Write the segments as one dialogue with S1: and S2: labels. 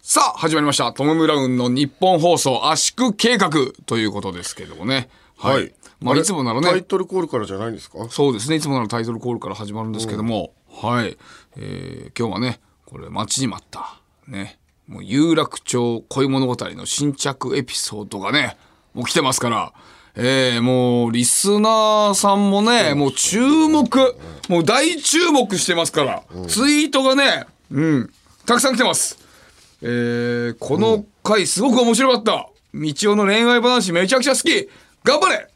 S1: さあ、始まりました。トム・ブラウンの日本放送圧縮計画ということですけどもね。はい。まあ、
S2: れ
S1: いつもなら
S2: タイ
S1: ね、
S2: トルコールからじゃないんですか
S1: そうですね、いつもならタイトルコールから始まるんですけども、はい。えー今日はね、これ待ちに待った、ね、もう有楽町恋物語の新着エピソードがね、もう来てますから、えーもうリスナーさんもね、もう注目、もう大注目してますから、ツイートがね、うん、たくさん来てます。えーこの回すごく面白かった。道夫の恋愛話めちゃくちゃ好き。頑張れ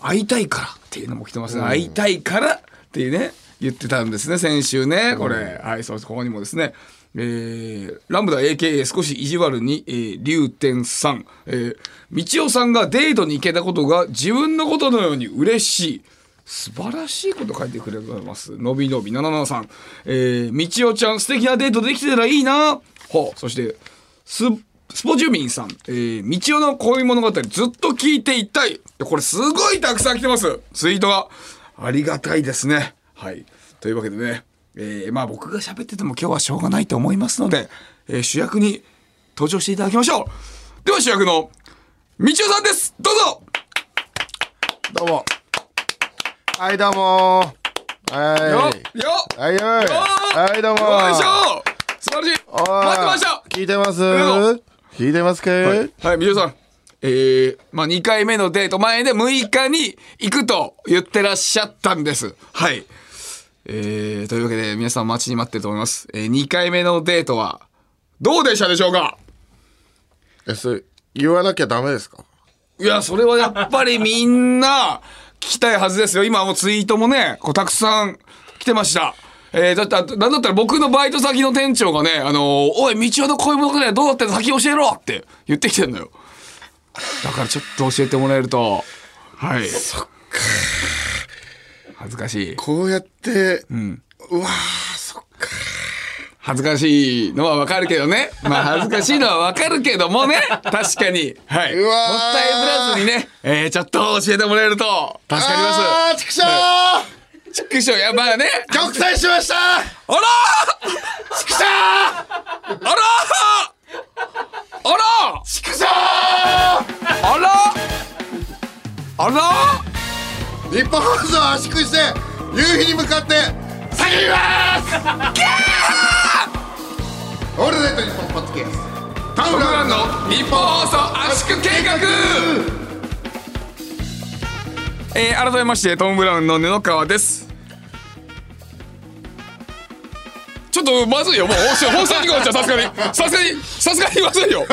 S1: 会いたいからっていうのも来てますね。会いたいからっていうね、言ってたんですね、先週ね、これ。はい、そうです。ここにもですね、えーラムダ AKA 少し意地悪に、えー、竜天さん、えー、道夫さんがデートに行けたことが自分のことのように嬉しい。素晴らしいこと書いてくれます。のびのび77さん。えー、みちおちゃん、素敵なデートできてたらいいな。ほう。そして、ス、スポジュミンさん。えー、みちおの恋物語ずっと聞いていたい。これすごいたくさん来てます。ツイートが。ありがたいですね。はい。というわけでね、えー、まあ僕が喋ってても今日はしょうがないと思いますので、えー、主役に登場していただきましょう。では主役の、みちおさんですどうぞ
S2: どうもはいどうも
S1: よ
S2: はい
S1: よ
S2: はいよいはいどうも
S1: よいしょ素晴らしい
S2: おい
S1: 待ってました
S2: 聞いてます
S1: ど
S2: 聞いてますか、
S1: はい、みじょさん。えー、まあ、2回目のデート前で6日に行くと言ってらっしゃったんです。はい。えー、というわけで皆さん待ちに待ってると思います。えー、2回目のデートは、どうでしたでしょうか
S2: えそれ言わなきゃダメですか
S1: いや、それはやっぱりみんな聞きたいはずですよ。今もうツイートもね、こうたくさん来てました。えー、だってあと、なんだったら僕のバイト先の店長がね、あのーおい、道夫の恋物語はどうだったの先教えろって言ってきてんのよ。だからちょっと教えてもらえると。はい。そっか。恥ずかしい。
S2: こうやって、うわーそっか
S1: 恥ずかしいのはわかるけどね。まあ恥ずかしいのはわかるけどもね。確かに。はい。も
S2: う
S1: っ
S2: わー
S1: たいぶらずにね、えー、ちょっと教えてもらえると助かります。
S2: あーちくしょう
S1: ちくしょうやばいね。
S2: 玉砕しました
S1: あら
S2: ちくしょ
S1: ーあらーあら
S2: うちくしょ
S1: ーあらーあら
S2: う日本放送を圧縮して夕日に向かって叫びますオールナイトニッポンポッドキャストタウンランド
S1: の日本放送圧縮計画えー、改めましてトム・ブラウンの布川ですちょっとまずいよもう放送事故になっちゃうさすがにさすがにさすがにまずいよもう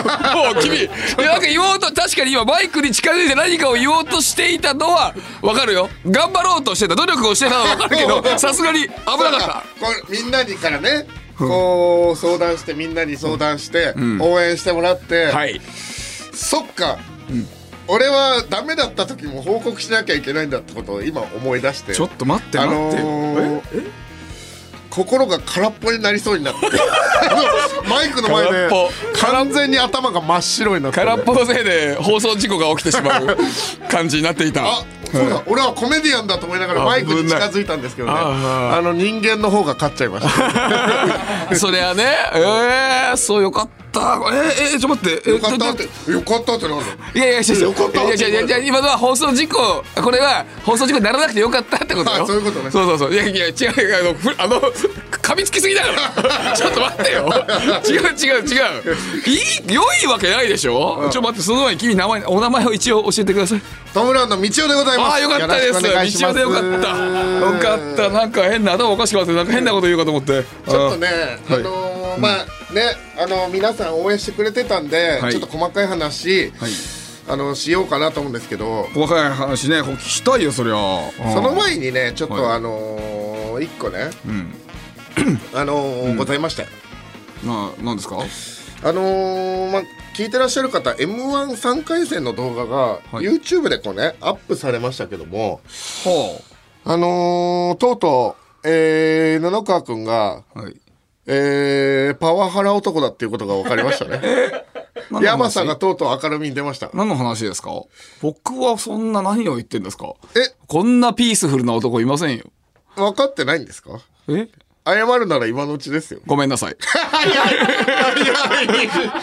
S1: 君いやなんか言おうと確かに今バイクに近づいて何かを言おうとしていたのは分かるよ頑張ろうとしてた努力をしてたのは分かるけどさすがに危なかった
S2: これみんなにからねこう相談してみんなに相談して、応援してもらって、
S1: はい
S2: そっか、俺はダメだった時も報告しなきゃいけないんだってことを今思い出して
S1: ちょっと待って
S2: あ
S1: 待
S2: の
S1: って、
S2: ー心が空っぽになりそうにな ってあのマイクの前
S1: 空
S2: で
S1: っぽ
S2: 完全に頭が真っ白になって
S1: 空っぽのせいで放送事故が起きてしまう感じになっていた
S2: あそうだ、俺はコメディアンだと思いながら
S1: あ
S2: マイクに近づいたんですけどね
S1: 危ないあ
S2: あの人間の方が勝っちゃいました
S1: そりゃねえー、そうよかったえー、えー、ちょっと待ってえ
S2: よ
S1: ー
S2: かったっ
S1: ちょち
S2: てよかったってなん
S1: ょ
S2: だ
S1: いやいや違う違う
S2: よかった
S1: いやいやいやいや今のは放送事故これは放送事故にならなくてよかったってことよ
S2: あそういうことね
S1: そうそうそういやいや違うあのふあの噛みつきすぎだから ちょっと待ってよ違う違う違ういい良いわけないでしょ、ちょっと待ってその前に君名前お名前を一応教えてください
S2: トムブラウンの道夫でございます
S1: ああよかったです
S2: よろしくお願いし
S1: 道
S2: ま
S1: 夫
S2: す
S1: でよかったよかったなんか変な頭おかしくなってなんか変なこと言うかと思って
S2: ちょっとね、
S1: うん
S2: あのーまあね、あのー皆さん応援してくれてたんで、
S1: はい
S2: ちょっと細かい話、
S1: はい
S2: あのーしようかなと思うんですけど、
S1: 細かい話ねこう聞きたいよそりゃ
S2: そ
S1: そ
S2: の前にね、ちょっと、
S1: はい
S2: あのー一個ね、
S1: ん
S2: あのーございましたよ
S1: ななんですか
S2: あのーまあ聞いてらっしゃる方 m 1 3回戦の動画が、
S1: はい
S2: YouTube でこうねアップされましたけども
S1: ほ
S2: あのーとうとう、えー、布川君が、
S1: うはい
S2: えー、パワハラ男だっていうことが分かりました ね
S1: 何の話
S2: 山さんがとうとう明るみに出ました。
S1: 何の話ですか僕はそんな何を言ってんですか
S2: え、
S1: こんなピースフルな男いませんよ
S2: 分かってないんですか
S1: え
S2: 謝るなら今のうちですよ。
S1: ごめんなさい
S2: いやいやいや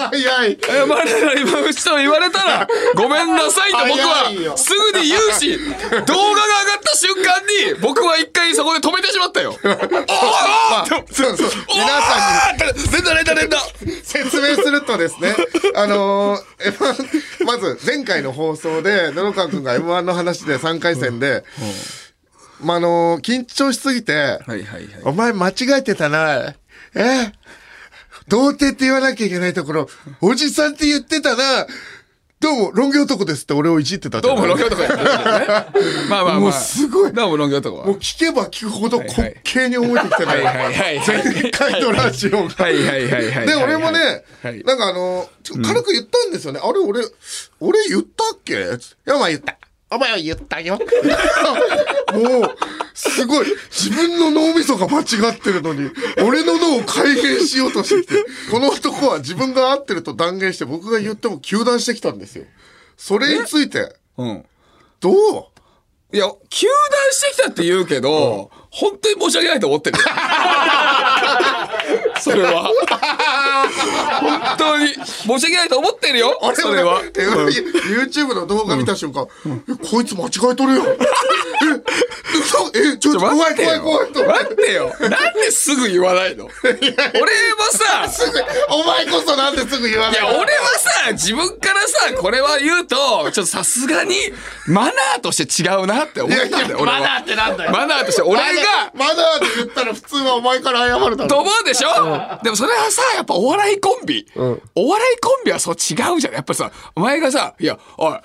S2: 早 い
S1: 謝れない今うちと言われたらごめんなさいと僕
S2: 早い
S1: は
S2: よ
S1: すぐに言うし動画が上がった瞬間に僕は一回そこで止めてしまったよ。おーお
S2: あ
S1: ー
S2: そうそう皆さんに
S1: 連打連打連打
S2: 説明するとですね、あのー、M1 まず前回の放送で、野々川くんが M1 の話で3回戦で、まあ、あのー緊張しすぎて、
S1: はいはいはい。
S2: お前間違えてたな、え童貞って言わなきゃいけないところ、おじさんって言ってたな、どうも、ロン毛男ですって俺をいじってたじゃ
S1: どうんもロン毛男やってるからね。まあまあまあ。
S2: もうすごい
S1: どうもロン毛男は。
S2: もう聞けば聞くほど滑稽に思えてきた
S1: はい
S2: ね。
S1: はいはいはい。
S2: 前回のラジオが。
S1: はいはいはいはい。
S2: で、俺もね
S1: はい、
S2: なんかあの、ちょ軽く言ったんですよね。あれ、俺、俺言ったっけいや、お前言った。お前は言ったよ。 もう、すごい。自分の脳みそが間違ってるのに、俺の脳を改変しようとしてきて、この男は自分が合ってると断言して、僕が言っても糾弾してきたんですよ。それについて、
S1: うん。
S2: どう
S1: いや、球団してきたって言うけど、本当に申し訳ないと思ってる。それは。本当に申し訳ないと思ってるよ。それは。
S2: え俺 YouTube の動画見た瞬間、えこいつ間違えとるよ。え、嘘え、ちょっ
S1: ち
S2: と
S1: ょ、
S2: 怖
S1: 待っ
S2: い
S1: て
S2: 怖い
S1: よ
S2: 怖いと思って。。
S1: 待ってよ。なんですぐ言わないの俺はさ、
S2: すぐ お前こそなんですぐ言わ
S1: い
S2: ない
S1: や、俺はさ、自分からさ、これは言うと、ちょっとさすがに、マナーとして違うなって思ったんだよ、俺は。
S3: マナーってなんだよ
S1: マナーとして、俺が、
S2: まだまだって言ったら普通はお前から謝るだ
S1: と
S2: ろ
S1: 思うでしょ、でもそれはさ、やっぱお笑いコンビ。お笑いコンビはそう違うじゃん。やっぱさ、お前がさ、いや、おい、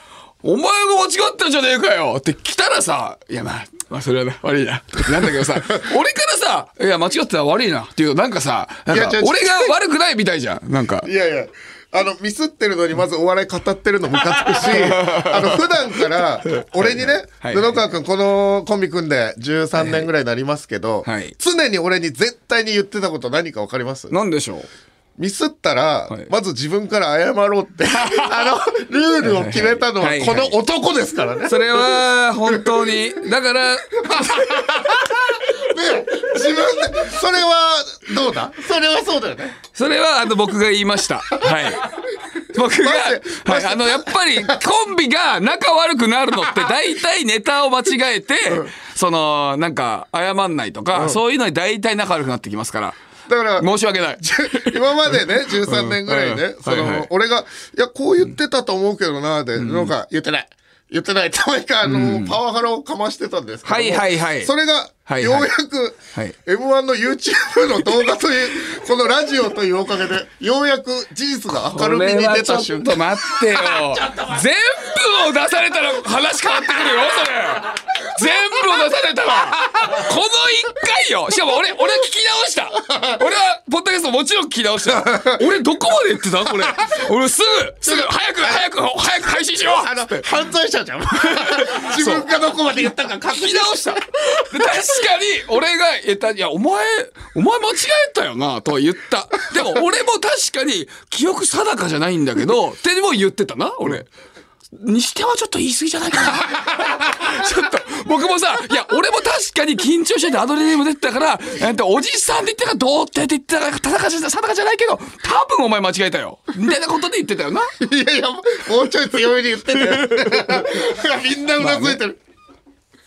S1: お前が間違ったんじゃねえかよって来たらさ、いやまあ、まあそれはね、悪いな。なんだけど さ、俺からさ、いや間違ってたら悪いなっていう、なんかさ、なん
S2: い
S1: か
S2: や違う違う
S1: 俺が悪くないみたいじゃん。なんか。
S2: いやいやあのミスってるのにまずお笑い語ってるのムカ つくしあの普段から俺にね
S1: はいはい
S2: 布川君このコンビ組んで13年ぐらいになりますけど、
S1: はい
S2: 常に俺に絶対に言ってたこと何か分かります
S1: なんでしょう
S2: ミスったら、
S1: はい
S2: まず自分から謝ろうって あのルールを決めたのは
S1: はいはい
S2: この男ですからね。
S1: それは本当に。だ から、
S2: で自分でそれはどうだそれはそうだよね。
S1: それはあの僕が言いました。はい。僕が、
S2: マジでマ
S1: は
S2: ジ
S1: い、
S2: で
S1: あのやっぱりコンビが仲悪くなるの って大体ネタを間違えて、そのなんか謝んないとか、そういうのに大体仲悪くなってきますから
S2: だから
S1: 申し訳ない。
S2: 今までね13年ぐらいね、
S1: うん
S2: その、
S1: はいはい
S2: 俺が「いやこう言ってたと思うけどな」で、なんか言ってない言ってないって毎回あの、パワハラをかましてたんですけど
S1: は
S2: も
S1: いはいはい
S2: それが、
S1: はいはい
S2: ようやく、
S1: はい
S2: m 1の YouTube の動画というこのラジオというおかげでようやく事実が明
S1: こ
S2: るみ
S1: れ
S2: に
S1: は
S2: 出
S1: ちょ
S2: た
S1: っ
S2: 瞬
S1: と
S2: 間
S1: 待ってよ 全部を出されたら話変わってくるよそれ全部を出されたらこの1回よしかも俺俺は聞き直した俺はポッドキャストもちろん聞き直 した俺どこまで言ってたこれ俺すぐすぐ早く早く早く配信しよう
S2: あの犯罪者じ ゃん自分がどこまで言ったか確
S1: 聞き直したで確かに俺がえた「いやお前お前間違えたよな」とは言ったでも俺も確かに記憶定かじゃないんだけどっても言ってたな俺。にしてはちょっと言い過ぎじゃないかなちょっと僕もさいや俺も確かに緊張しててアドレナリンも出てたからえっとおじさんって言ったかどうってって言ったか定かじゃ定かじゃないけど多分お前間違えたよみたいなことで言ってたよな
S2: いやいやもうちょい強めに 言っててみんなうなずいてる、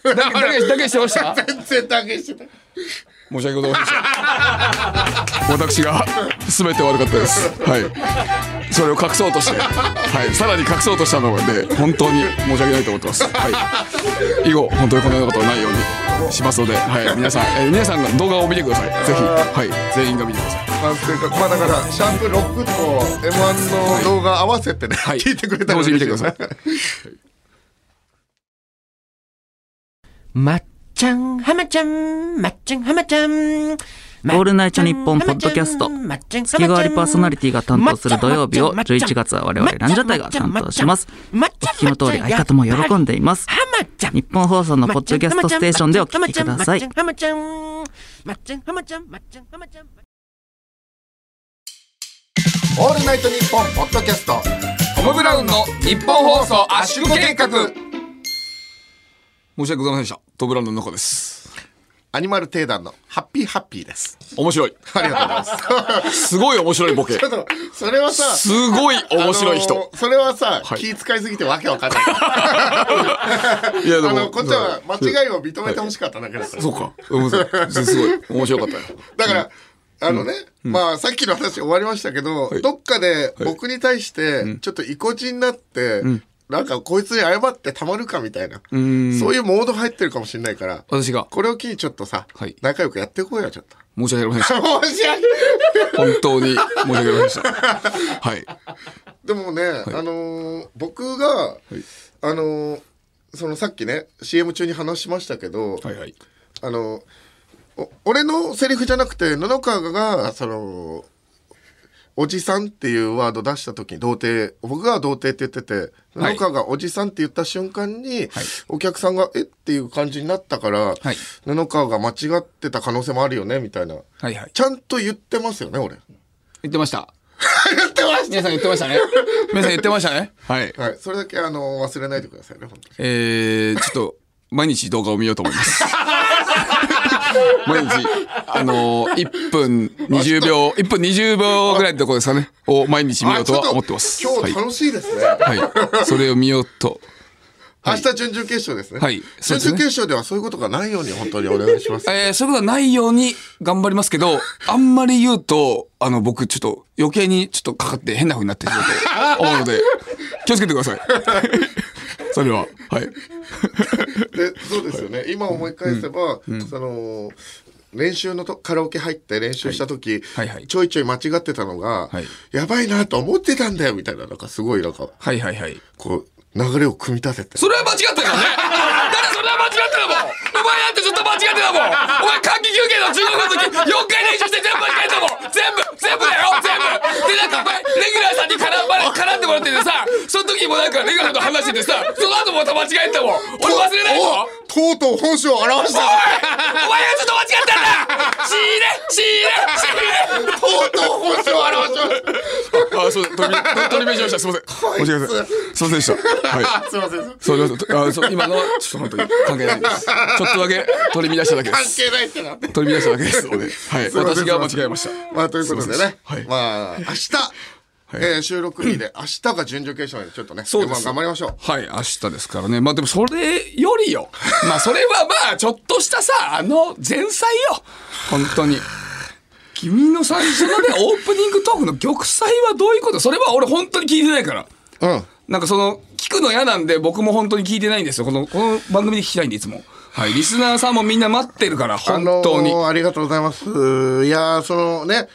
S1: だけだけだけしてました
S2: 全然だけしてた
S1: 申し訳ございません私が全て悪かったですはいそれを隠そうとして、はい、さらに隠そうとしたので本当に申し訳ないと思ってます、はい、以後本当にこのようなことはないようにしますので、はい、皆さん、えー皆さんが動画を見てくださいぜひ、はい、全員が見てください
S2: なんていうかまあだからシャープ6と M1 の動画合わせてね、
S1: い
S2: 聞いてくれたら嬉しい
S1: 同
S2: よね
S1: 時に見てく
S4: まっちゃん、はまちゃん、まっちゃん、はまちゃん。オ
S5: オールナイトニッポンポッドキャスト
S4: 月
S5: 月替わりパーソナリティが担当する土曜日を11月は我々ランジャタイが担当します。お聞きの通り相方も喜んでいます。
S4: はまちゃん。
S5: 日本放送のポッドキャストステーションでお聞きください。
S4: はまちゃん、はまちゃん、はまちゃん、まっちゃん、はまちゃん。
S2: 「オールナイトニッポン」ポッドキャスト
S1: トム・ブラウンの日本放送圧縮計画申し訳ございませんでしたトム・ブラウンの中です
S2: あアニマル定団のハッピーハッピーです。
S1: 面白い。
S2: ありがとうございます。
S1: すごい面白いボケ。
S2: ちょっとそれはさ、
S1: すごい面白い人。
S2: あのーそれはさ、
S1: はい
S2: 気使いすぎてわけわ かんない。
S1: いやで
S2: あ
S1: も
S2: の、こっちは間違いを認めてほしかっただけだから。
S1: そうか。うんそうすごい。面白かったよ。
S2: だから、あのね、まあさっきの話終わりましたけど、
S1: い
S2: どっかで僕に対してちょっと意固地になって、なんかこいつに謝ってたまるかみたいな、そういうモード入ってるかもしれないから、
S1: 私が
S2: これを機にちょっとさ、
S1: はい
S2: 仲良くやっていこうよ、ちょっ と。
S1: 申し訳ありませんでした。
S2: 申し訳ない
S1: 本当に申し訳ありませんでした。はい。
S2: でもね、あのー僕が、あのーそのさっきね、CM 中に話しましたけど、
S1: はいはい。
S2: あの、お俺のセリフじゃなくて、野々川が、その、おじさんっていうワード出した時に童貞、僕が童貞って言ってて、野々川がおじさんって言った瞬間に、お客さんが、えっていう感じになったか
S1: は
S2: ら、
S1: い
S2: 野々川が間違ってた可能性もあるよね、みたいな。
S1: はいはい。
S2: ちゃんと言ってますよね、俺。
S1: 言ってました。言ってました。皆さん言ってましたね。皆さん言ってましたね。はい。
S2: はい。それだけ、あの、忘れないでくださいね、本当に。
S1: えー、ちょっと、毎日動画を見ようと思います。 毎日、あのー、1分20秒、1分20秒ぐらいのところですかね。を毎日見ようと
S2: あちょ
S1: は
S2: と
S1: 思ってます。
S2: 今
S1: は
S2: 日
S1: い。
S2: 楽しいですね。
S1: はい。それを見ようと。
S2: 明日準々決勝ですね。
S1: はいそう
S2: 準
S1: ですね
S2: 々決勝ではそういうことがないように本当にお願いします。
S1: えー、そういうことはないように頑張りますけど、あんまり言うと、あの、僕、ちょっと余計にちょっとかかって変な風になってしまうと思うので、気をつけてください。それは、はい。
S2: でそうですよね、今思い返せば、その練習のとカラオケ入って練習した時、
S1: はいはいはい
S2: ちょいちょい間違ってたのが、
S1: はい
S2: やばいなと思ってたんだよみたいななんかすごいなんか
S1: はいはいはい。
S2: こう流れを組み立てて
S1: それは間違ってたよね。だってそれは間違ってたもん。お前なんてずっと間違ってたもん。お前、夏季休憩の中学の時、4回練習して全部間違えたもん。全部、全部だよ、全部。で、なんかお前、レギュラーさんに絡まれ絡んでもらっててさ、その時もなんかレギュラーさんと話しててさ、その後もまた間違えてたもん。俺忘れないぞ。
S2: おとうとう本性を表した
S1: おいお前がちょっと間違ったんだ死ね死ね
S2: とうとう本性を表し
S1: 死ねあ、そう取り取り目しました。すみません。間違えました。すみませんでした。はい。
S2: ましたすいません
S1: そう すいませんあそう今のはちょっと本当に関係ないです。ちょっとだけ取り乱しただけで
S2: 関
S1: す。
S2: 係ないってなって
S1: 取り乱しただけですので。はい。
S2: すいませ
S1: 私
S2: ん
S1: が間違えました。
S2: まあということでね
S1: はい
S2: まあ明日、えー収録日で明日が準々決勝なんでちょっとね
S1: そうです
S2: M1 頑張りましょう
S1: はい、明日ですからね。まあでもそれよりよ。まあそれはまあちょっとしたさ、あの前菜よ。本当に。君の最初のね、オープニングトークの玉砕はどういうことそれは俺本当に聞いてないから。
S2: うん
S1: なんかその、聞くの嫌なんで僕も本当に聞いてないんですよ。この、この番組で聞きたいんでいつも。はい。リスナーさんもみんな待ってるから、本当に。
S2: あのーありがとうございます。いやー、そのね、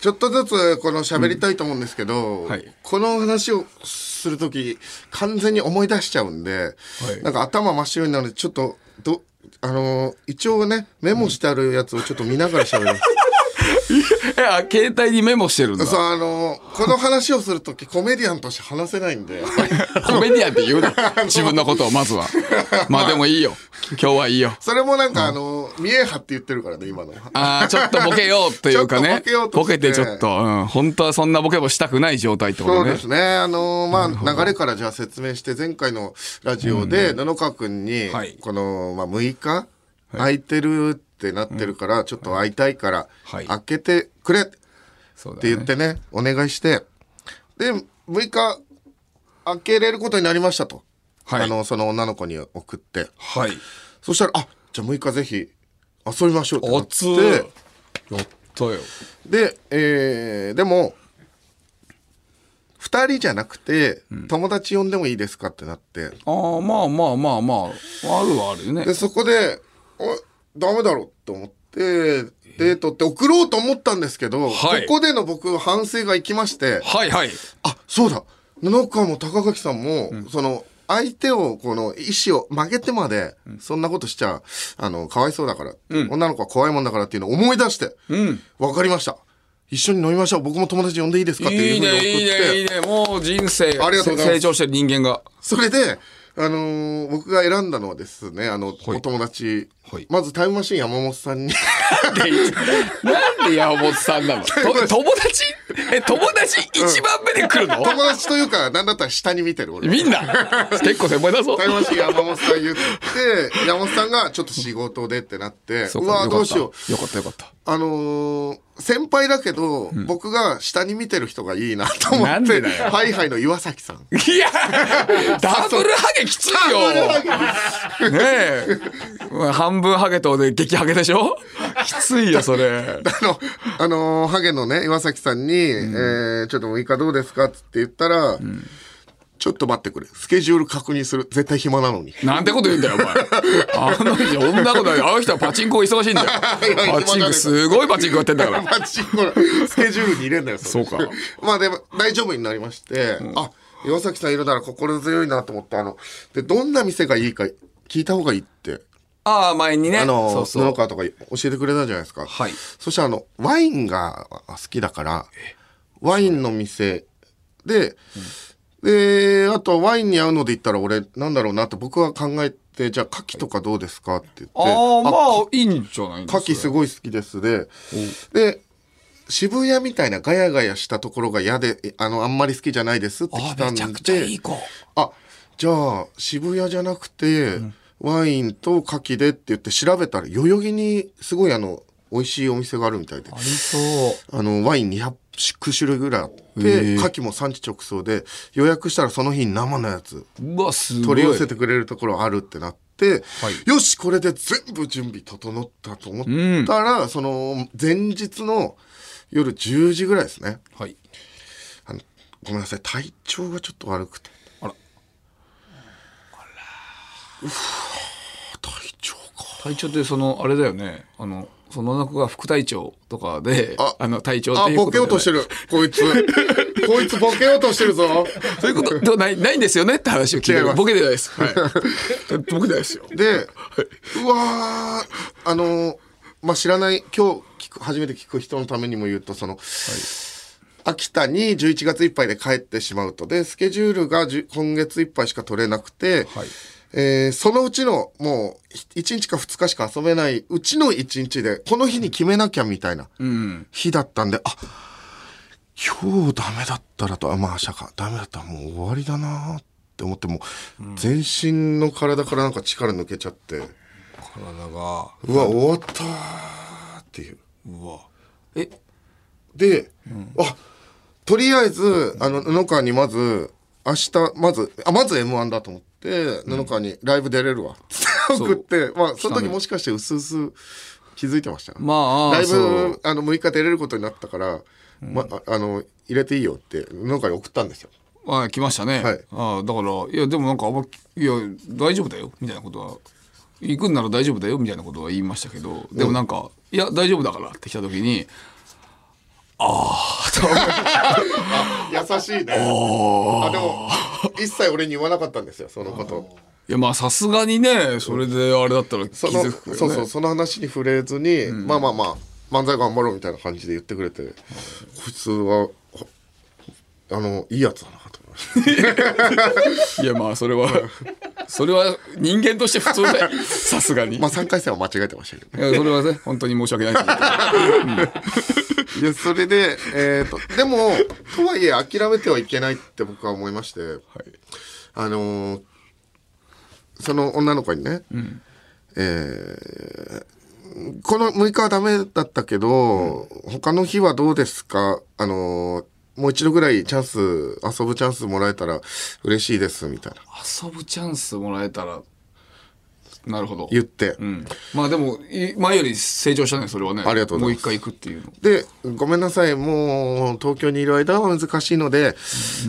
S2: ちょっとずつこの喋りたいと思うんですけど、
S1: んはい
S2: この話をするとき、完全に思い出しちゃうんで、
S1: い
S2: なんか頭真っ白になるんで、ちょっと、ど、あのー一応ね、メモしてあるやつをちょっと見なが ら喋ります。
S1: いや、携帯にメモしてるん だ。
S2: そう、あのーこの話をするとき、コメディアンとして話せないんで、やっぱり
S1: コメディアンって言うな。自分のことを、ま ずは。まあでもいいよ。今日はいいよ。
S2: それもなんか、あのー見え張って言ってるからね、今のは。
S1: ああ、ちょっとボケようというかね。
S2: ちょっとボ
S1: ボ
S2: ケよ
S1: ケ
S2: う
S1: て
S2: として
S1: ちょっと、うん。本当はそんなボケもしたくない状態ってこと
S2: そう
S1: ね。
S2: ですね。あのーまあ、流れからじゃあ説明して、前回のラジオで、布川くんに
S1: はい、
S2: この、まあ、6日、空いてるってなってるから、ちょっと会いたいから、
S1: はい
S2: 開けてくれって
S1: そうだね
S2: 言ってね、お願いして、で、6日、開けれることになりましたと。
S1: はい
S2: あの、その女の子に送って。
S1: はい。
S2: そしたら、あ、じゃあ6日ぜひ遊びましょうってな
S1: お
S2: っ
S1: つー。や
S2: て
S1: っ、たよ。
S2: で、えーでも、二人じゃなくて、友達呼んでもいいですかってなって、
S1: ああ、まあまあまあまあ。あるはあるよね
S2: で、。そこで、おダメだろって思って、デートって送ろうと思ったんですけど、
S1: はい
S2: ここでの僕、反省がいきまして、
S1: はいはい。
S2: あ、そうだ、布川も高垣さんも、その、相手を、この、意思を曲げてまで、そんなことしちゃ、あの、かわいそうだから、女の子は怖いもんだからっていうのを思い出して、わかりました。一緒に飲みましょう。僕も友達呼んでいいですかって
S1: いう
S2: いうふ
S1: い
S2: に送っ
S1: ね、
S2: て。
S1: いいね、いいね。もう人生、
S2: ありがとうございます
S1: 成長してる人間が。
S2: それで、あのー僕が選んだのはですね、あの、お友達
S1: はい
S2: まずタイムマシーン山本さ んに
S1: なんで山本さんなの と友達え友達一番目で来るの
S2: 友達というかなんだったら下に見てる俺
S1: みんな結構先輩だぞ
S2: タイムマシーン山本さん言って山本さんがちょっと仕事でってなって
S1: そうか
S2: わ
S1: よかった
S2: どうしよう
S1: よかったよかった
S2: あのー先輩だけど、僕が下に見てる人がいいなと思
S1: な
S2: っ
S1: ん
S2: て
S1: でだよ
S2: ハイハイの岩崎さん
S1: い やダブルハゲきついよねえまあ半分ハゲとで激ハゲでしょきついよそれ
S2: あの、あのーハゲのね、岩崎さんに、えーちょっと6日どうですかって言ったら、ちょっと待ってくれ。スケジュール確認する。絶対暇な のに。
S1: なんてこと言うんだよお前あの人女の子だよあの人はパチンコ忙し いんだよパチンコすごいパチンコやってんだ から
S2: マジこれスケジュールに入れんだよ、れ
S1: そうか。
S2: まあでも、大丈夫になりまして、あ、岩崎さんいるなら心強いなと思って、あの、で、どんな店がいいか聞いた方がいいって、
S1: ああ前にね
S2: あの、
S1: そうそう
S2: 布川とか教えてくれたじゃないですか。
S1: はい
S2: そしてあの、ワインが好きだから、ワインの店で、で、あとワインに合うので言ったら俺、なんだろうなって僕は考えて、じゃあ牡蠣とかどうですかって言って、
S1: ああまあいいんじゃないです
S2: 牡
S1: か
S2: 蠣すごい好きですで、で、渋谷みたいなガヤガヤしたところが嫌で、えあの、あんまり好きじゃないですって来
S1: あ
S2: た
S1: め
S2: ん
S1: ち
S2: で、
S1: ゃくちゃいい子
S2: あじゃあ渋谷じゃなくて、ワインと牡蠣でって言って調べたら代々木にすごいあの美味しいお店があるみたいで
S1: ありそう
S2: あのワイン200種類ぐらいあって
S1: へえ
S2: 牡蠣も産地直送で予約したらその日に生のやつ
S1: うわすごい
S2: 取り寄せてくれるところあるってなって、
S1: はい
S2: よしこれで全部準備整ったと思ったら、その前日の夜10時ぐらいですね
S1: はい
S2: あのごめんなさい体調がちょっと悪くて
S1: あら
S2: あ体調か
S1: 隊長ってそのあれだよねあのその中が副隊長とかであ
S2: あ
S1: の隊長っ
S2: あ、
S1: ていうこ
S2: ボ
S1: と
S2: ケようとして
S1: る
S2: る。こいつ。 こいつボケようとしてるぞ。
S1: そういうことではないないんですよねって話を聞い
S2: 違いま
S1: て
S2: す
S1: ボケでないです、はい、 ボケでないですよ
S2: で、うわー、あのーまあ、知らない、今日聞く、初めて聞く人のためにも言うと、その、秋田に11月いっぱいで帰ってしまうと。で、スケジュールがじゅ今月いっぱいしか取れなくて、
S1: はい
S2: えーそのうちの、もう、1日か2日しか遊べないうちの1日で、この日に決めなきゃみたいな日だったんで、あ、今日ダメだったらと、あ、まあ明日か、ダメだったらもう終わりだなって思って、もう、全身の体からなんか力抜けちゃって、
S1: 体が
S2: うわ、終わったーっていう。
S1: うわえ
S2: で、あ、とりあえず、あの、布川にまず、明日、まず、あ、まず M1 だと思って、布川にライブ出れるわ、つって送って、まあ、その時もしかして薄々気づいてました。
S1: まあ
S2: ライ
S1: そう
S2: ブ、あの、6日出れることになったから、ま、ああの、入れていいよって、布川に送ったんですよ。
S1: あ来ましたね、
S2: はい
S1: あだからいやでもなんかあんまいや大丈夫だよみたいなことは行くんなら大丈夫だよみたいなことは言いましたけどでもなんか、いや大丈夫だからって来た時に
S2: 優しいね。あ、でも、一切俺に言わなかったんですよ、そのこと。
S1: いやまあさすがにねそれであれだったら気
S2: その、
S1: づくよね
S2: そうそう、その話に触れずに、まあまあまあ、漫才頑張ろうみたいな感じで言ってくれて、こいつは、ほあの、いいやつだなと思いました。
S1: いやまあそれは それは人間として普通だよ さすがに、
S2: まあ3回戦は間違えてましたけどね。
S1: いやそれはね本当に申し訳ないですけど
S2: いや、それで、えっと、でも、とはいえ諦めてはいけないって僕は思いまして、あのーその女の子にね、えーこの6日はダメだったけど、他の日はどうですかあのーもう一度ぐらいチャンス、遊ぶチャンスもらえたら嬉しいです、みたいな。
S1: 遊ぶチャンスもらえたらなるほど
S2: 言って。
S1: うん、まあでもい前より成長したねそれはね
S2: ありがとうございます
S1: もう一回行くっていうの
S2: で、ごめんなさい、もう東京にいる間は難しいので、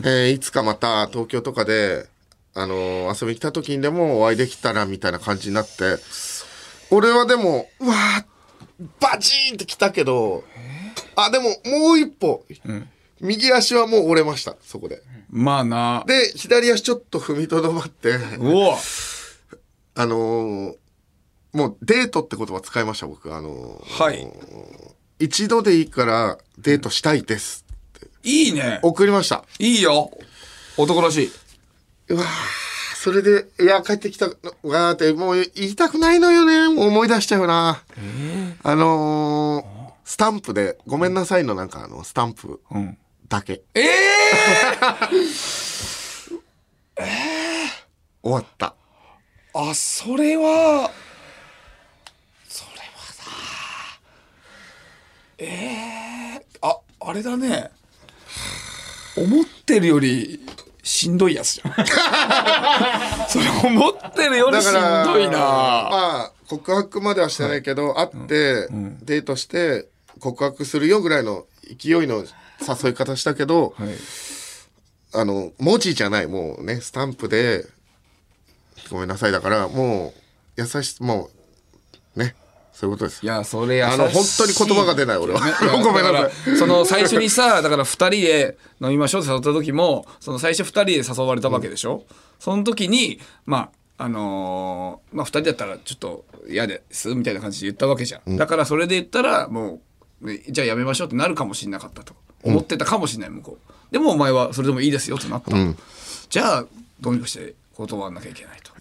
S2: えーいつかまた東京とかで、あのー遊びに来た時にでもお会いできたらみたいな感じになって、俺はでも、うわー、バチーンって来たけど、あ、でももう一歩、右足はもう折れました、そこで。
S1: まあな
S2: で、左足ちょっと踏みとどまって、
S1: うお
S2: あのーもうデートって言葉使いました、僕。あのー
S1: はい
S2: 一度でいいからデートしたいです。
S1: いいね
S2: 送りました。
S1: いいよ男らしいう
S2: わーそれで、いや、帰ってきたのがって、もう言いたくないのよね。もう思い出しちゃうな。あのースタンプで、ごめんなさいのなんかあの、スタンプ
S1: うん。
S2: だけ
S1: ええ
S2: 終わった。
S1: あ、それは、それはな、ええあ、あれだね。思ってるよりしんどいやつじゃん。 それ思ってるより
S2: だ
S1: しん
S2: から、
S1: どいな。
S2: まあ、告白まではしてないけど、会って、デートして、告白するよぐらいの勢いの誘い方したけど、
S1: はい。
S2: あの、文字じゃない、もうね、スタンプで、ごめんなさい、だから、もう、優し、もう、ね、そういうことです
S1: い。や、それ優しい
S2: あの本当に言葉が出ない俺は ごめんなさい
S1: だからその最初にさ、だから二人で飲みましょうって誘った時も、その最初二人で誘われたわけでしょ、その時に、まあ、あのーまあ二人だったらちょっと嫌です、みたいな感じで言ったわけじゃん。だからそれで言ったら、もう、ねじゃあやめましょうってなるかもしれなかったと。思ってたかもしれない、向こう。でもお前はそれでもいいですよってなった。じゃあ、どうにかして断らなきゃいけないと。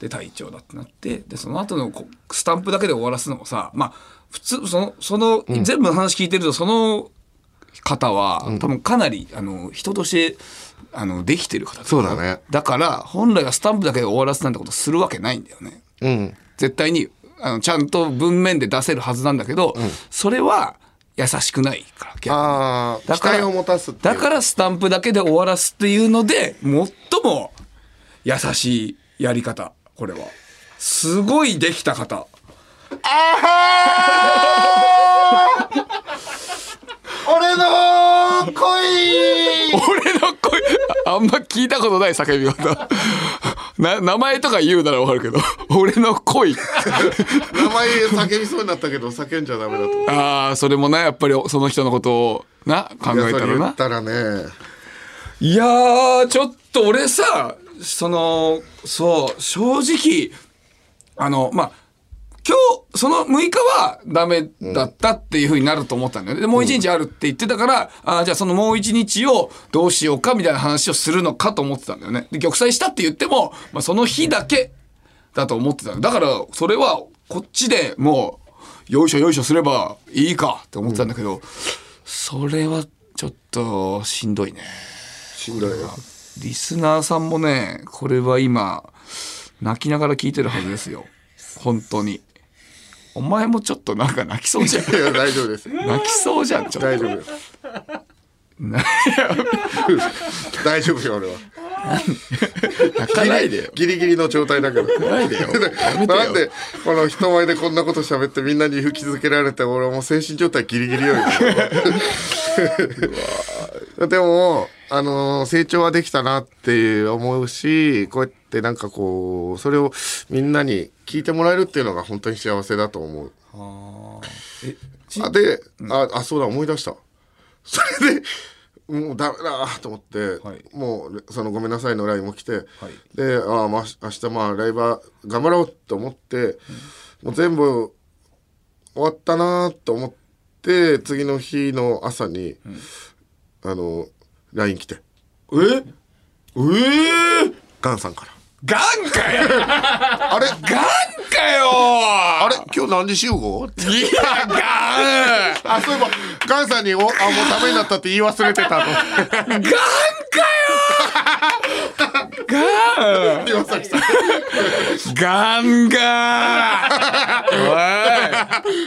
S1: で隊長だってなってでその後のこうスタンプだけで終わらすのもさまあ普通そのその、全部の話聞いてるとその方は、多分かなりあの人としてあのできてる方
S2: そうだね
S1: だから本来はスタンプだけで終わらすなんてことするわけないんだよね。
S2: うん。
S1: 絶対にあのちゃんと文面で出せるはずなんだけど、それは優しくないから逆に
S2: ああ、
S1: だ
S2: 期
S1: から
S2: 待を持たすっていう。
S1: だからスタンプだけで終わらすっていうので最も優しいやり方これはすごいできた方
S2: 俺の恋
S1: 俺の声ああんま聞いたことない叫び方 な名前とか言うならわかるけど俺の恋
S2: 名前叫びそうになったけど、叫んじゃダメだ と。
S1: ああそれもなやっぱりその人のことをな考えた
S2: いやそれ
S1: ら
S2: 言
S1: な
S2: ったらね。
S1: いやーちょっと俺さそのそう正直あのまあ今日その6日はダメだったっていうふうになると思ったんだよね。でもう1日あるって言ってたから、あーじゃあそのもう1日をどうしようかみたいな話をするのかと思ってたんだよね。で玉砕したって言っても、まあ、その日だけだと思ってたんだだからそれはこっちでもうよいしょよいしょすればいいかって思ってたんだけど、それはちょっとしんどいね。
S2: しんどいよ。
S1: リスナーさんもね、これは今、泣きながら聞いてるはずですよ。本当に。お前もちょっとなんか泣きそうじゃん。
S2: い や、大丈夫です。
S1: 泣きそうじゃん、ちょっ
S2: 大
S1: と。
S2: 丈夫です。大丈夫よ、俺は。
S1: 泣かないでよ。
S2: ギリギリの状態だけど。ない でよ。なんで、この人前でこんなこと喋ってみんなに吹き続けられて、俺はもう精神状態ギリギリよ。今 でも、あのー成長はできたなって思うし、こうやってなんかこう、それをみんなに聞いてもらえるっていうのが本当に幸せだと思う。あで、あ、あ、そうだ、思い出した。 それで、もうダメだと思って、
S1: はい
S2: もう、そのごめんなさいの LINE も来て、
S1: い
S2: で、ああ、まあ、明日まあ、ライブは頑張ろうと思って、もう全部終わったなと思って、次の日の朝に、あの、LINE 来て、
S1: ええー、
S2: ガンさんから。
S1: ガンかよ
S2: あれ
S1: ガンかよ
S2: あ
S1: あ
S2: れ今日何時集合って
S1: いや、ガン
S2: あ、そういえば、ガンさんにお、あ、もうダメになったって言い忘れてたと思って。
S1: ガンかよガン
S2: 言い忘れてた。
S1: ガンが ーおい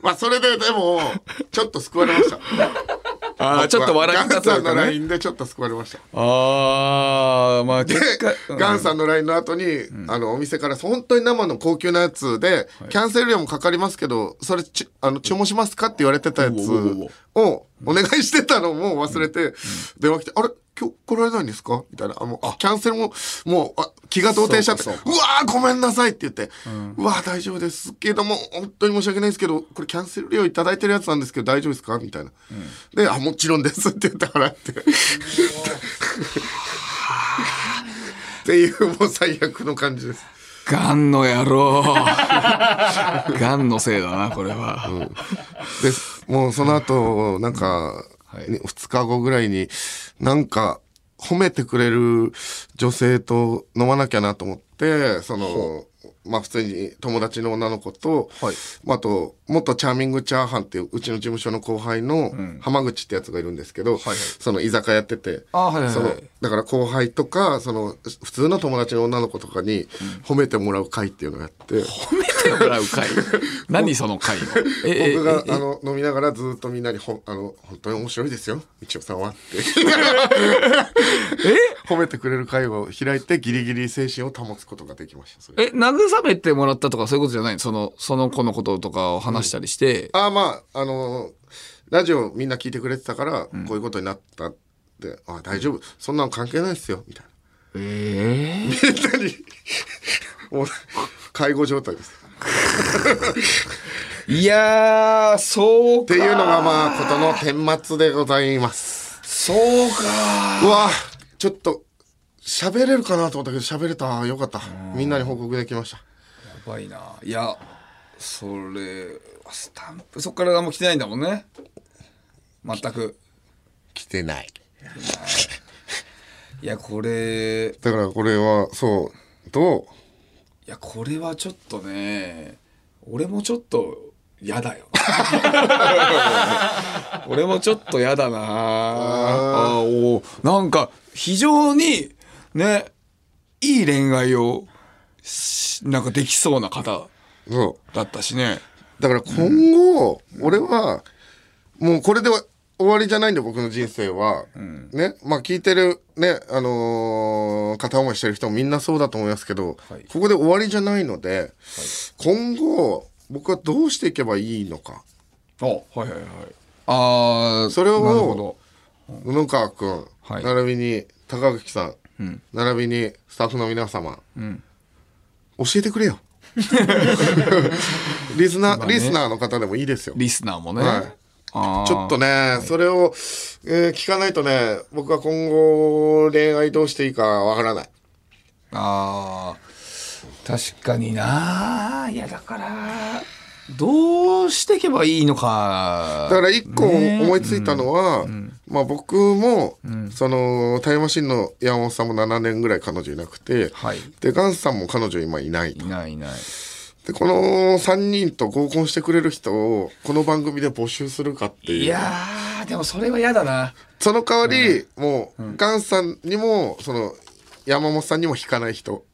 S2: まあ、それで、でも、ちょっと救われました。
S1: あーちょっと笑い
S2: ガ
S1: 方
S2: ンさん
S1: とか
S2: の LINE でちょっと救われました。
S1: ああ、まあ結果、
S2: でガンさんの LINE の後に、あの、お店から、本当に生の高級なやつで、キャンセル料もかかりますけど、それち、あの、注文しますかって言われてたやつ
S1: おうおうおう
S2: を、お願いしてたのも忘れて、電話来て、あれ今日来られないんですかみたいな。あ、もう、キャンセルも、もう、あ気が動転しちゃって、う
S1: そうか
S2: わーごめんなさいって言って、うわー大丈夫ですけども、本当に申し訳ないですけど、これキャンセル料いただいてるやつなんですけど、大丈夫ですかみたいな。で、あ、もちろんですって言って払って。っていう、もう最悪の感じです。
S1: ガンの野郎。 ガンのせいだな、これは。
S2: でもうその後なんか、
S1: はい
S2: ね二2日後ぐらいになんか褒めてくれる女性と飲まなきゃなと思って、その、まあ普通に友達の女の子と、
S1: はい
S2: まああと、元チャーミングチャーハンっていううちの事務所の後輩の浜口ってやつがいるんですけど、
S1: はい
S2: その居酒屋やってて、
S1: あはいはいはい
S2: そのだから後輩とか、その普通の友達の女の子とかに褒めてもらう会っていうのをやって、
S1: 褒めてもらう会 何その会のええ
S2: 僕が
S1: え
S2: あの飲みながらずっとみんなにほあの本当に面白いですよ道夫さんはって 褒めてくれる会話を開いてギリギリ精神を保つことができましたそれ
S1: え慰めてもらったとかそういうことじゃないそのその子のこととかを話したりして、
S2: ああまああのラジオみんな聞いてくれてたからこういうことになったって、あ大丈夫そんなの関係ないですよみたいな
S1: ええ
S2: みんなにもう介護状態ですっ
S1: いやーそう
S2: て
S1: か
S2: いうのがまあことの顛末でございます
S1: そうか
S2: うわちょっと喋れるかなと思ったけど喋れたよかったみんなに報告できました
S1: やばいないやそれスタンプそっから何も来てないんだもんね全く
S2: 来てない
S1: いやこれい
S2: だからこれはそうどう
S1: やこれはちょっとね俺もちょっと嫌 だよ俺もちょっと嫌だなあーおーなんか非常にねいい恋愛をしなんかできそうな方
S2: そ
S1: だったしね
S2: うだから今後、俺はもうこれでは終わりじゃないんで僕の人生は、ねまあ聞いてるねあのー片思いしてる人もみんなそうだと思いますけど、
S1: はい
S2: ここで終わりじゃないので、今後僕はどうしていけばいいのか
S1: あはいはいはいあー
S2: それを
S1: なるほど
S2: 布川君、
S1: はい
S2: 並びに高垣さん、並びにスタッフの皆様、教えてく れよリスナー、
S1: ね
S2: リスナーの方でもいいですよ
S1: リスナーもね、
S2: はい
S1: あー
S2: ちょっとね、それを、えー聞かないとね僕は今後恋愛どうしていいかわからない
S1: あー確かにないやだからどうしていけばいいのか
S2: だから一個思いついたのは、まあ僕も、そのタイムマシーンの山本さんも7年ぐらい彼女いなくて、
S1: はい
S2: でガンスさんも彼女今いないと
S1: いないいない
S2: でこの3人と合コンしてくれる人をこの番組で募集するかっていう
S1: いやーでもそれは嫌だな
S2: その代わり、もう、ガンさんにもその山本さんにも引かない人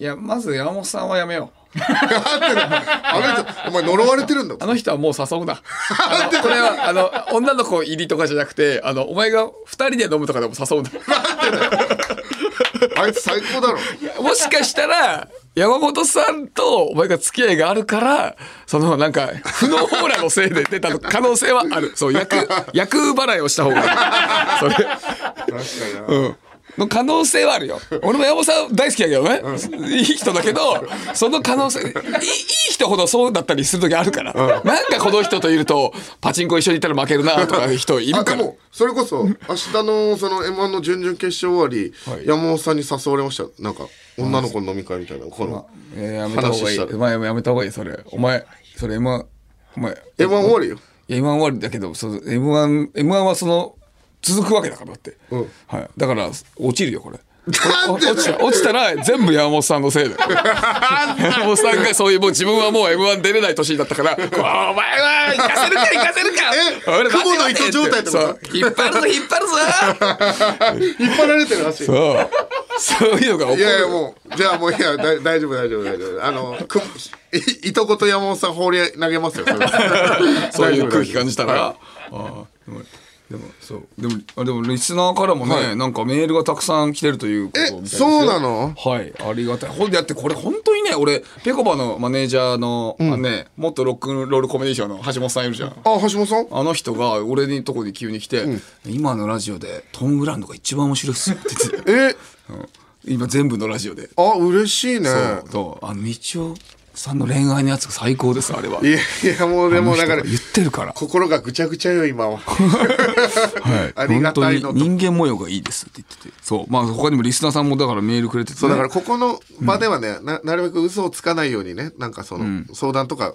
S1: いやまず山本さんはやめよう
S2: あの 人お前呪われてるんだ
S1: あの人はもう誘うなあのこれはあの女の子入りとかじゃなくてあのお前が二人で飲むとかでも誘うな
S2: あいつ最高だろ
S1: もしかしたら山本さんとお前が付き合いがあるからそのなんか不能オーラのせいで出たの可能性はあるそう役役払いをした方がいいそれ
S2: 確かにな
S1: うんの可能性はあるよ俺も山本さん大好きだけどね、いい人だけどその可能性いいいい人ほどそうだったりする時あるから、なんかこの人といるとパチンコ一緒にいたら負けるなとか人い
S2: あ
S1: る
S2: で
S1: から
S2: もそれこそ明日のその M1 の準々決勝終わり、
S1: はい
S2: 山本さんに誘われましたよなんか女の子の飲み会みたいなこ
S1: まあ
S2: の
S1: えーやめた方がいい
S2: 話したら
S1: お前やめた方がいいそれお前それ今お前
S2: M1 終わりよ
S1: いや M1 終わりだけどその M1, M1 はその続くわけだからだって、
S2: うん
S1: はい、だから落ちるよこ れ
S2: な
S1: お
S2: んで
S1: 落ちた落ちたら全部山本さんのせ いだよ山本さんがそういうもう自分はもう M1 出れない年だった からこうお前は行かせるか行かせるか
S2: え
S1: 俺待て
S2: 雲の
S1: 待て
S2: 糸状態ってこと
S1: そう引っ張るぞ引っ張るぞ
S2: 引っ張られてるらしい
S1: そうそういうのが起こ
S2: い
S1: る
S2: やいやもうじゃあもういやだ大丈夫大丈夫大丈夫あのくいいとこと山本さん放り投げますよそれ
S1: そういう空気
S2: 大丈夫大丈夫
S1: 感じたら。ああでもでもそうでもあでもリスナーからもね、なんかメールがたくさん来てるということみたいですよ
S2: えそうなの
S1: はいありがたいほんでやってこれ本当にね俺ぺこぱのマネージャーの、あね元ロックンロールコメディションの橋本さんいるじゃん
S2: あ橋本さん
S1: あの人が俺のとこに急に来て、今のラジオでトム・ブラウンドが一番面白いっすって 言って
S2: え
S1: 今全部のラジオで
S2: あ嬉しいね
S1: そうそうあの道夫さんの恋愛のやつが最高ですあれはい
S2: やいやもうでもだから
S1: あの人が言ってるから
S2: 心がぐちゃぐちゃよ 今
S1: は
S2: は
S1: い、
S2: ありがたいのと
S1: 本当に人間模様がいいですって言っててそうまあ他にもリスナーさんもだからメールくれてて、ね、
S2: そうだからここの場ではね、ななるべく嘘をつかないようにねなんかその、相談とか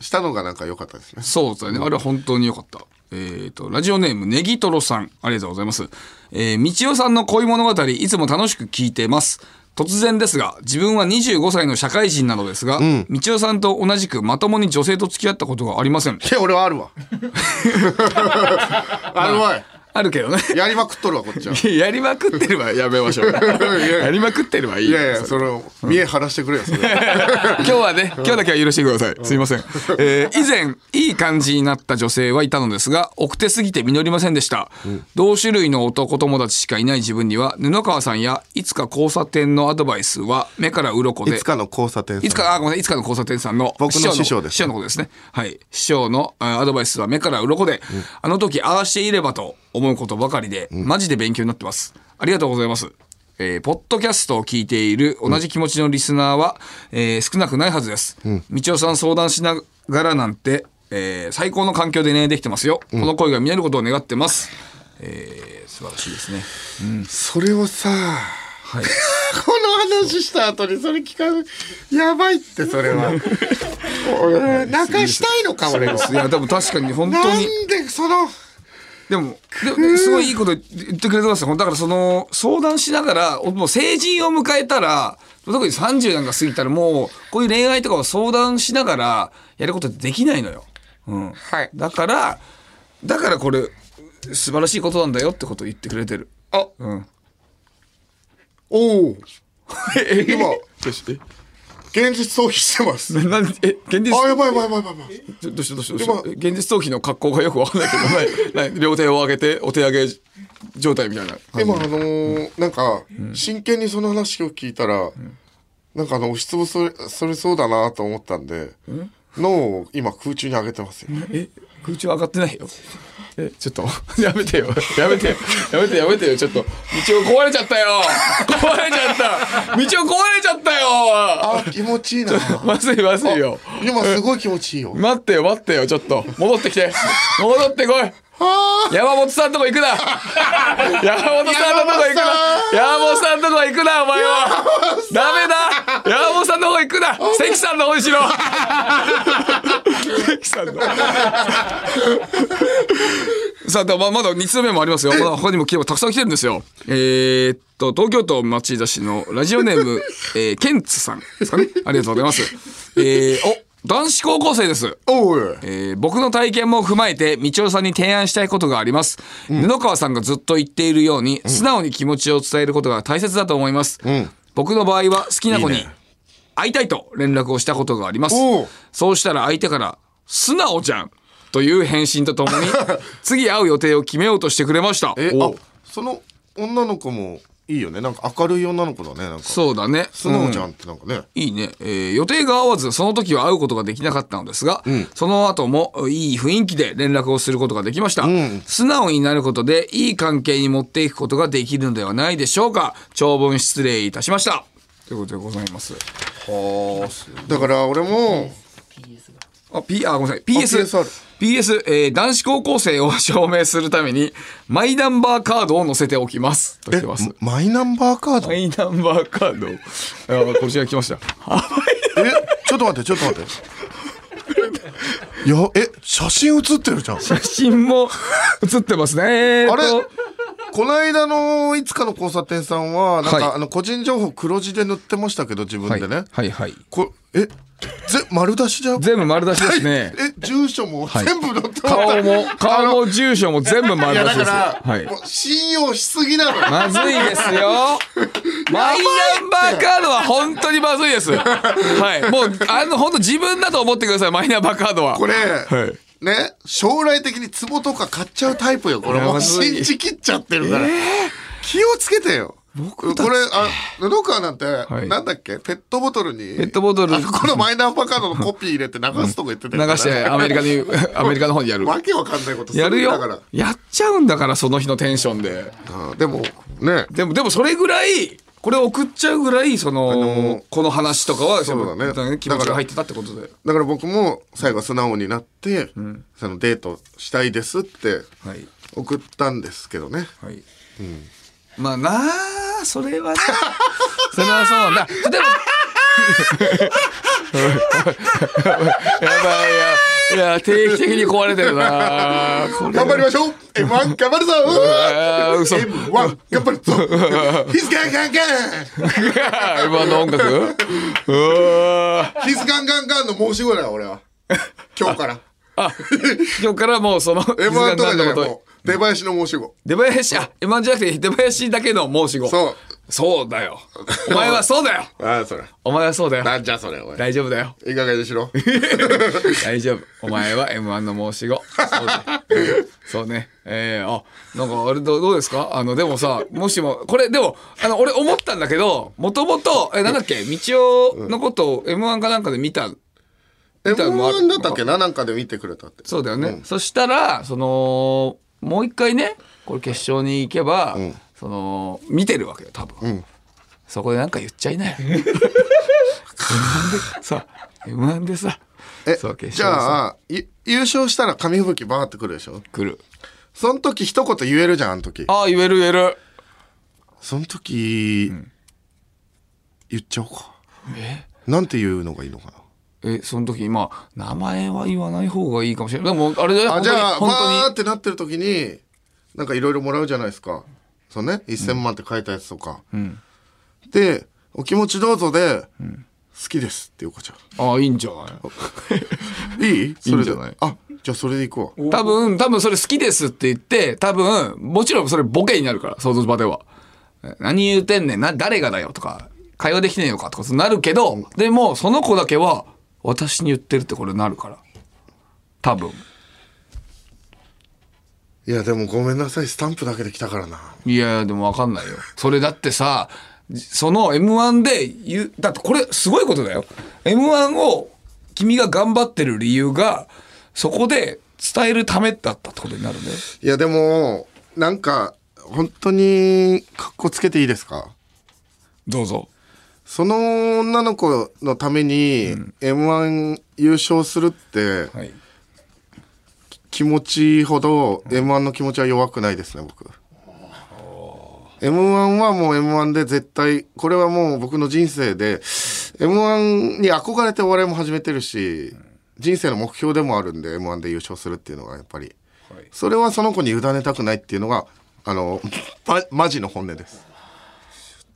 S2: したのがなんか良かったですね
S1: そうですよねあれは本当に良かったえーと、ラジオネーム、ネギトロさん。ありがとうございます。えー、みちおさんの恋物語、いつも楽しく聞いてます。突然ですが、自分は25歳の社会人なのですが、みちおさんと同じくまともに女性と付き合ったことがありません。
S2: いや、俺はあ るわ。あるわい。
S1: あるけ どね。
S2: やりまくっとるわ、こっちは。い
S1: やりまくってるはや めましょう。 やりまくってるはいいよ。
S2: やい や、その、見え晴らしてくれよ、それ。
S1: 今日はね、今日だけは許してください。すいません。えー以前、いい感じになった女性はいたのですが、奥手すぎて実りませんでした。同種類の男友達しかいない自分には、布川さんやいつか交差点のアドバイスは目から鱗
S2: い
S1: で
S2: つ、かの交差点さん
S1: いつか、あ、ごめんなさい、いつかの交差点さんの
S2: 僕の師匠です
S1: 師匠のことですね。はい。師匠のあアドバイスは目から鱗で、あの時ああしていればと思うことばかりで、マジで勉強になってます。ありがとうございます。えーポッドキャストを聞いている同じ気持ちのリスナーは、えー少なくないはずです。みちおさん相談しながらなんて、えー最高の環境でね、できてますよ。この恋が見えることを願ってます。えー素晴らしいですね。
S2: それをさ、 この話した後にそれ聞かないやばいってそれ は俺泣かしたいのか俺を
S1: いや、でも確かに本当
S2: な
S1: に。
S2: んでその
S1: でも、でもすごいいいこと言ってくれてますよ。だからその、相談しながら、もう成人を迎えたら、特に30なんか過ぎたらもう、こういう恋愛とかを相談しながら、やることってできないのよ。うん。
S2: はい
S1: だから、だからこれ、素晴らしいことなんだよってことを言ってくれてる。
S2: あ
S1: うん。
S2: おお
S1: え、
S2: 今現実逃避してます
S1: え、な、なえ、現実、
S2: あやばいやばいやばいやばい
S1: どどうしたどうしたどうした現実逃避の格好がよくわかんないけど、ないない両手を上げて、お手上げ状態みたいな。
S2: 今あのーなんか真剣にその話を聞いたらなんかあの押しつぶそれそれそうだなと思ったんで脳を今空中に上げてますよ
S1: え空中上がってないよえちょっと やめてよやめてよやめてやめてよちょっと道を壊れちゃったよ壊れちゃった道を壊れちゃったよ
S2: あ気持ちいいな
S1: まずいまずいよ
S2: 今すごい気持ちいいよ
S1: 待ってよ待ってよちょっと戻ってきて戻ってこい
S2: あ
S1: 山本さんとこ行 くな山本さんのとこ行くな山本さんとこ行くなお前はダメだ山本さんの方行くな関さんの方にし ろ関さんのさあ、でままだ2通目もありますよ。まだ他にも来てたくさん来てるんですよ。えーっと、東京都町田市のラジオネーム、えーケンツさんですかね。ありがとうございます。えーお、男子高校生です。
S2: あおい
S1: えー僕の体験も踏まえて、みちおさんに提案したいことがあります。布川さんがずっと言っているように、素直に気持ちを伝えることが大切だと思います。僕の場合は好きな子
S2: いい
S1: に
S2: ね
S1: 会いたいと連絡をしたことがあります
S2: おう。
S1: そうしたら相手から、素直じゃんという返信ととも に、次会う予定を決めようとしてくれました。
S2: え
S1: お
S2: あその女の子もいいよねなんか明るい女の子だねなんか
S1: そうだね。
S2: 素直じ
S1: うん
S2: ゃんってなんかね、
S1: いいね、えー予定が合わずその時は会うことができなかったのですが、その後もいい雰囲気で連絡をすることができました、素直になることでいい関係に持っていくことができるのではないでしょうか長文失礼いたしましたということでございます
S2: だから俺も
S1: あ、P、あ、ごめんなさい。
S2: PSR
S1: PS。PS、えー男子高校生を証明するために、マイナンバーカードを載せておきます。と来
S2: え
S1: てます。
S2: マイナンバーカード
S1: マ
S2: え
S1: イナンバーカード。 あ、こちら来ました。
S2: ちょっと待ってちょっと待っていやえ写真写ってるじゃんあ
S1: 写真も写ってますね。えー
S2: れ
S1: と
S2: この間のいつかの交差点さんはなんか、
S1: はい
S2: あの個人情報黒字で塗ってましたけど自分でね、
S1: はいはい。
S2: こえぜ丸出しじゃん
S1: 全部丸出しですね。
S2: え住所も全部載ってま
S1: 顔も、
S2: あ
S1: 顔
S2: の
S1: も住所も全部
S2: い
S1: 丸
S2: や
S1: 出
S2: だ
S1: しです。
S2: から、
S1: はい
S2: も。う信用しすぎなのよ
S1: まずいですよ。マイナンバーカードは本当にまずいです。はい。もう、あの、本当自分だと思ってください、マイナンバーカードは。
S2: これ、
S1: はい
S2: ね、将来的に壺とか買っちゃうタイプよ。これ
S1: いや
S2: もう
S1: まずい
S2: 信じ切っちゃってるから。気をつけてよ。これ、あ、布川なんて、
S1: い
S2: なんだっけペットボトルに。ペ
S1: ットボトル
S2: このマイナンバーカードのコピー入れて流すとこ言ってた
S1: 流
S2: よね
S1: して、アメリカ に、アメリカの方にやる。
S2: わけわかんないことす
S1: やる
S2: だから
S1: よ。。やっちゃうんだから、その日のテンションで。
S2: あでも、ね。
S1: でも、でもそれぐらい、これ送っちゃうぐらい、その、
S2: の
S1: この話とかは、
S2: そうだね
S1: やっぱり気持ちが入ってたってことで。
S2: だから僕も最後素直になって、そのデートしたいですって
S1: はい。
S2: 送ったんですけどね。
S1: はい。まあなあ、それはね。 それはそうだ。 でも。やばいや。いや、定期的に壊れてる なこれ
S2: 頑張りましょう !M1 頑張るぞ
S1: あー嘘
S2: !M1 頑張るぞ !He's gone gone gone!
S1: M1 の音楽 うわー
S2: He's gone gone gone の申し子だよ、俺は。今日から。
S1: あ、今日からもうその、
S2: M1 とかじゃな
S1: 水が何
S2: い、
S1: の
S2: もう。出囃子の申し子。
S1: 出囃子、あ、M1 じゃなくて出囃子だけの申し子。
S2: そう。
S1: そうだよ。お前はそうだよ。
S2: ああ、それ。
S1: お前はそうだよ。
S2: なんじゃそれ、おい。
S1: 大丈夫だよ。
S2: いかがで しろ
S1: 大丈夫。お前は M1 の申し子。そうだうんそうね。えー、あ、なんかあれどどうですかあの、でもさ、もしも、これ、でも、あの、俺思ったんだけど、もともと、え、なんだっけ、道夫のことを M1 かなんかで見た。たいのもある
S2: M1 だったっけななんかで見てくれたって。
S1: そうだよね。そしたら、その、もう一回ね、これ決勝に行けば、その、見てるわけよ、多分。そこでなんか言っちゃいなよ。M1 でさ、M1 でさ、
S2: え
S1: そう、決
S2: じ
S1: 勝でさ、
S2: ゃあ、い優勝したら紙吹雪バーってくるでしょ
S1: 来る。
S2: その時一言言えるじゃん、あの時。
S1: ああ、言える言える。
S2: その時、言っちゃおうか。なんて言うのがいいのか
S1: え、その時、今名前は言わない方がいいかもしれない。でも、あれだよ、
S2: な。あ、
S1: 本
S2: じ
S1: 当に
S2: ゃあ、バ
S1: 本当
S2: ーってなってる時に、なんかいろいろもらうじゃないですか。そうね、1000万って書いたやつとか。で、お気持ちどうぞで、好きですってよこちゃん。
S1: に。ああ、いいんじゃない
S2: いいそ
S1: いいん
S2: れ
S1: じ
S2: で。
S1: ゃない
S2: あ、じゃあそれでいこう。
S1: 多分、多分それ好きですって言って、多分、もちろんそれボケになるから、想像場では。え何言うてんねん、な、誰がだよとか、会話できねえのかとか、そうなるけど、でも、その子だけは、私に言ってるってこれなるから。多分。
S2: いや、でもごめんなさい、スタンプだけで来たからな。
S1: いやいや、でもわかんないよ。それだってさ、じその M1 で言う、だってこれすごいことだよ。M1 を君が頑張ってる理由が、そこで伝えるためだったってことになるね。
S2: いやでもなんか本当にかっこつけていいですか
S1: どうぞ。
S2: その女の子のために m 1優勝するって
S1: はい。
S2: 気持ちほど m 1の気持ちは弱くないですね僕 m 1はもう m 1で絶対これはもう僕の人生で m 1に憧れてお笑いも始めてるし人生の目標でもあるんで m 1で優勝するっていうのがやっぱりそれはその子に委ねたくないっていうのがあのまマジの本音です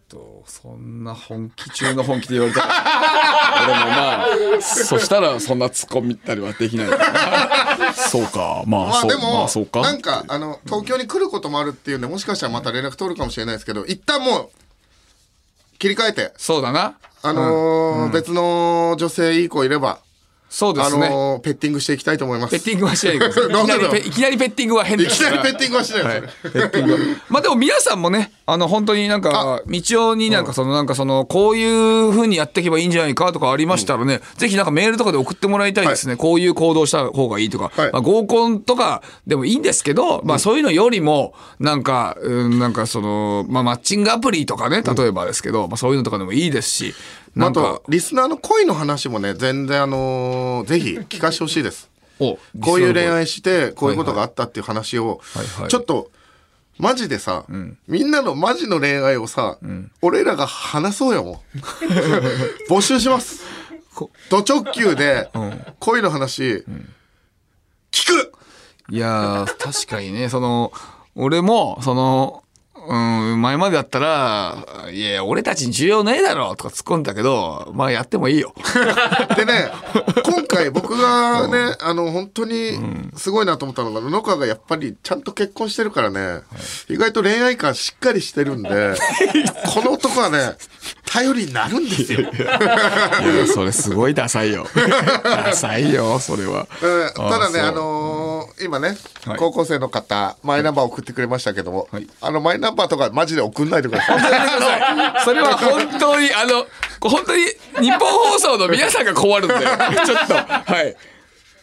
S1: とそんな本気中の本気で言われ たら俺もまあそしたらそんな突っ込みったりはできないからそうかまあ、
S2: まあ
S1: そう
S2: でも、
S1: まあそうか
S2: なんかあの東京に来ることもあるっていうんでもしかしたらまた連絡取るかもしれないですけど一旦もう切り替えて
S1: そうだな
S2: あのー別の女性いい子いれば、
S1: そうで
S2: あ
S1: すね、
S2: のーペッティングしていきたいと思います
S1: ペッティン グはしないでくださいい
S2: な
S1: き
S2: んで
S1: な
S2: だ
S1: り
S2: ろう
S1: ペいきなりペッティングは変
S2: い
S1: です
S2: きなりペッティングはしないよ、それ
S1: まあでも皆さんもね、あの本当になんか、道夫になんかそのなんかその、こういう風にやっていけばいいんじゃないかとかありましたらね、ぜひなんかメールとかで送ってもらいたいですね。こういう行動した方がいいとか、
S2: はい
S1: まあ合コンとかでもいいんですけど、まあそういうのよりも、なんか、うん、なんかその、まあマッチングアプリとかね、例えばですけど、まあそういうのとかでもいいですし、な
S2: あ
S1: んか
S2: と、リスナーの恋の話もね全然あのーぜひ聞かせてほし いです
S1: お
S2: こういう恋
S1: 実際の
S2: 愛してこういうことがあったっていう話を、
S1: はいはい
S2: ちょっとマジでさ、みんなのマジの恋愛をさ、俺らが話そう よもう募集します
S1: こ
S2: ド直球で恋の話、聞く
S1: いやー、確かにね、その、俺も、その、うん、前までだったら、いや、俺たちに需要ねえだろとか突っ込んだけど、まあやってもいいよ。
S2: でね今回僕がね、あの本当にすごいなと思ったのが布川がやっぱりちゃんと結婚してるからね、意外と恋愛観しっかりしてるん でこの男はね頼りになるんですよ
S1: いや、それすごいダサ いよ。ダサいよ、それは。
S2: うんただね、
S1: そう
S2: あのー今ね、
S1: はい
S2: 高校生の方、マイナンバー送ってくれましたけども、
S1: はい
S2: あの、マイナンバーとかマジで送んないでください。
S1: それは本当に、あの、本当に、日本放送の皆さんが困 るんだよ。ちょっと、はい。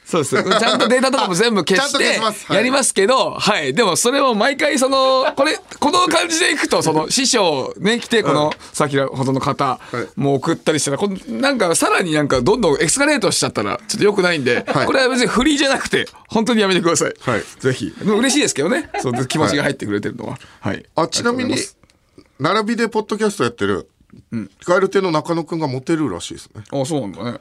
S1: そうです。ちゃんとデータとかも全部消し
S2: あちゃんと消
S1: て
S2: しますはい
S1: やりますけど、はい。でもそれを毎回その、これ、この感じでいくと、その師匠ね、来て、この先ほどの方
S2: い
S1: もう送ったりしたら、こんなんかさらになんかどんどんエスカレートしちゃったら、ちょっと良くないんで、
S2: はい
S1: これは別にフリーじゃなくて、本当にやめてください。
S2: はい
S1: ぜひ。でも嬉しいですけどね。そうです気持ちが入ってくれてるのは。はい。
S2: あ、ちなみ
S1: ありがとうござい
S2: に
S1: ます、
S2: 並びでポッドキャストやってる、カエル亭の中野くんがモテるらしいですね。
S1: あ、そうなんだね。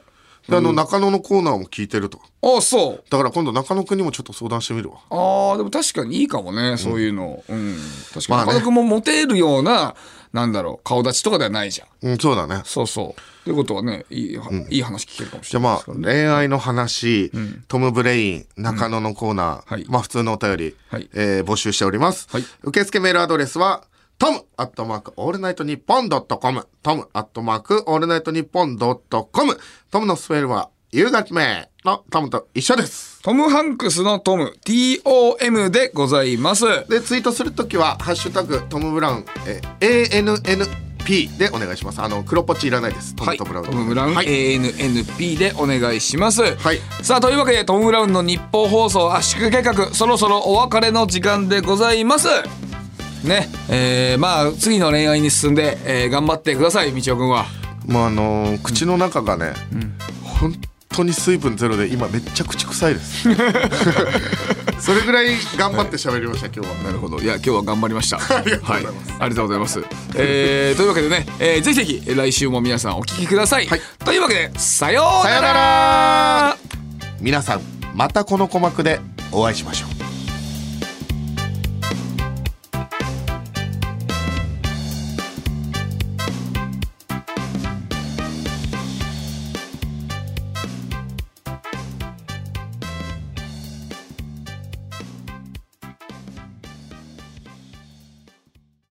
S2: であの中野のコーナーも聞いてると
S1: あそう
S2: だから今度中野くんにもちょっと相談してみるわ
S1: あーでも確かにいいかもねそういうの、うん確かに
S2: まあね
S1: 中野君もモテるようななんだろう顔立ちとかではないじゃん
S2: うんそうだね
S1: そうそうということはねいい,、いい話聞けるかもし
S2: じゃ
S1: れ
S2: あ
S1: ないで
S2: まあ
S1: すからね
S2: 恋愛の話、トム・ブレイン中野のコーナー、
S1: うんはい
S2: まあ普通のお便り、
S1: はい
S2: えー募集しております、
S1: はい
S2: 受付メールアドレスはトムアットマークオールナイトニッポンドットコムトムアットマークオールナイトニッポンドットコムトムのスペルは夕方名のトムと一緒です
S1: トム・ハンクスのトム TOM でございます
S2: でツイートするときは「ハッシュタグトム・ブラウン」えー ANNP でお願いしますあの黒ポチいらないですトム
S1: はい、
S2: と
S1: ト
S2: ブラウン、
S1: ム・ブラウン、
S2: はい
S1: ANNP でお願いします、
S2: はい
S1: さあというわけでトム・ブラウンの日報放送圧縮計画そろそろお別れの時間でございますねえーまあ次の恋愛に進んで、えー頑張ってくださいみちおくんは
S2: もうあのー口の中がね、本当に水分ゼロで今めっちゃ口臭いです それぐらい頑張って喋りました、今日は
S1: なるほどいや今日は頑張りました あ、
S2: りがとうございます
S1: ありがとうございます、えーというわけでね、えーぜひぜひ来週も皆さんお聞きください、
S2: はい
S1: というわけでさよう
S2: さよ
S1: な
S2: うな
S1: ら
S2: ら皆さんまたこの鼓膜でお会いしましょう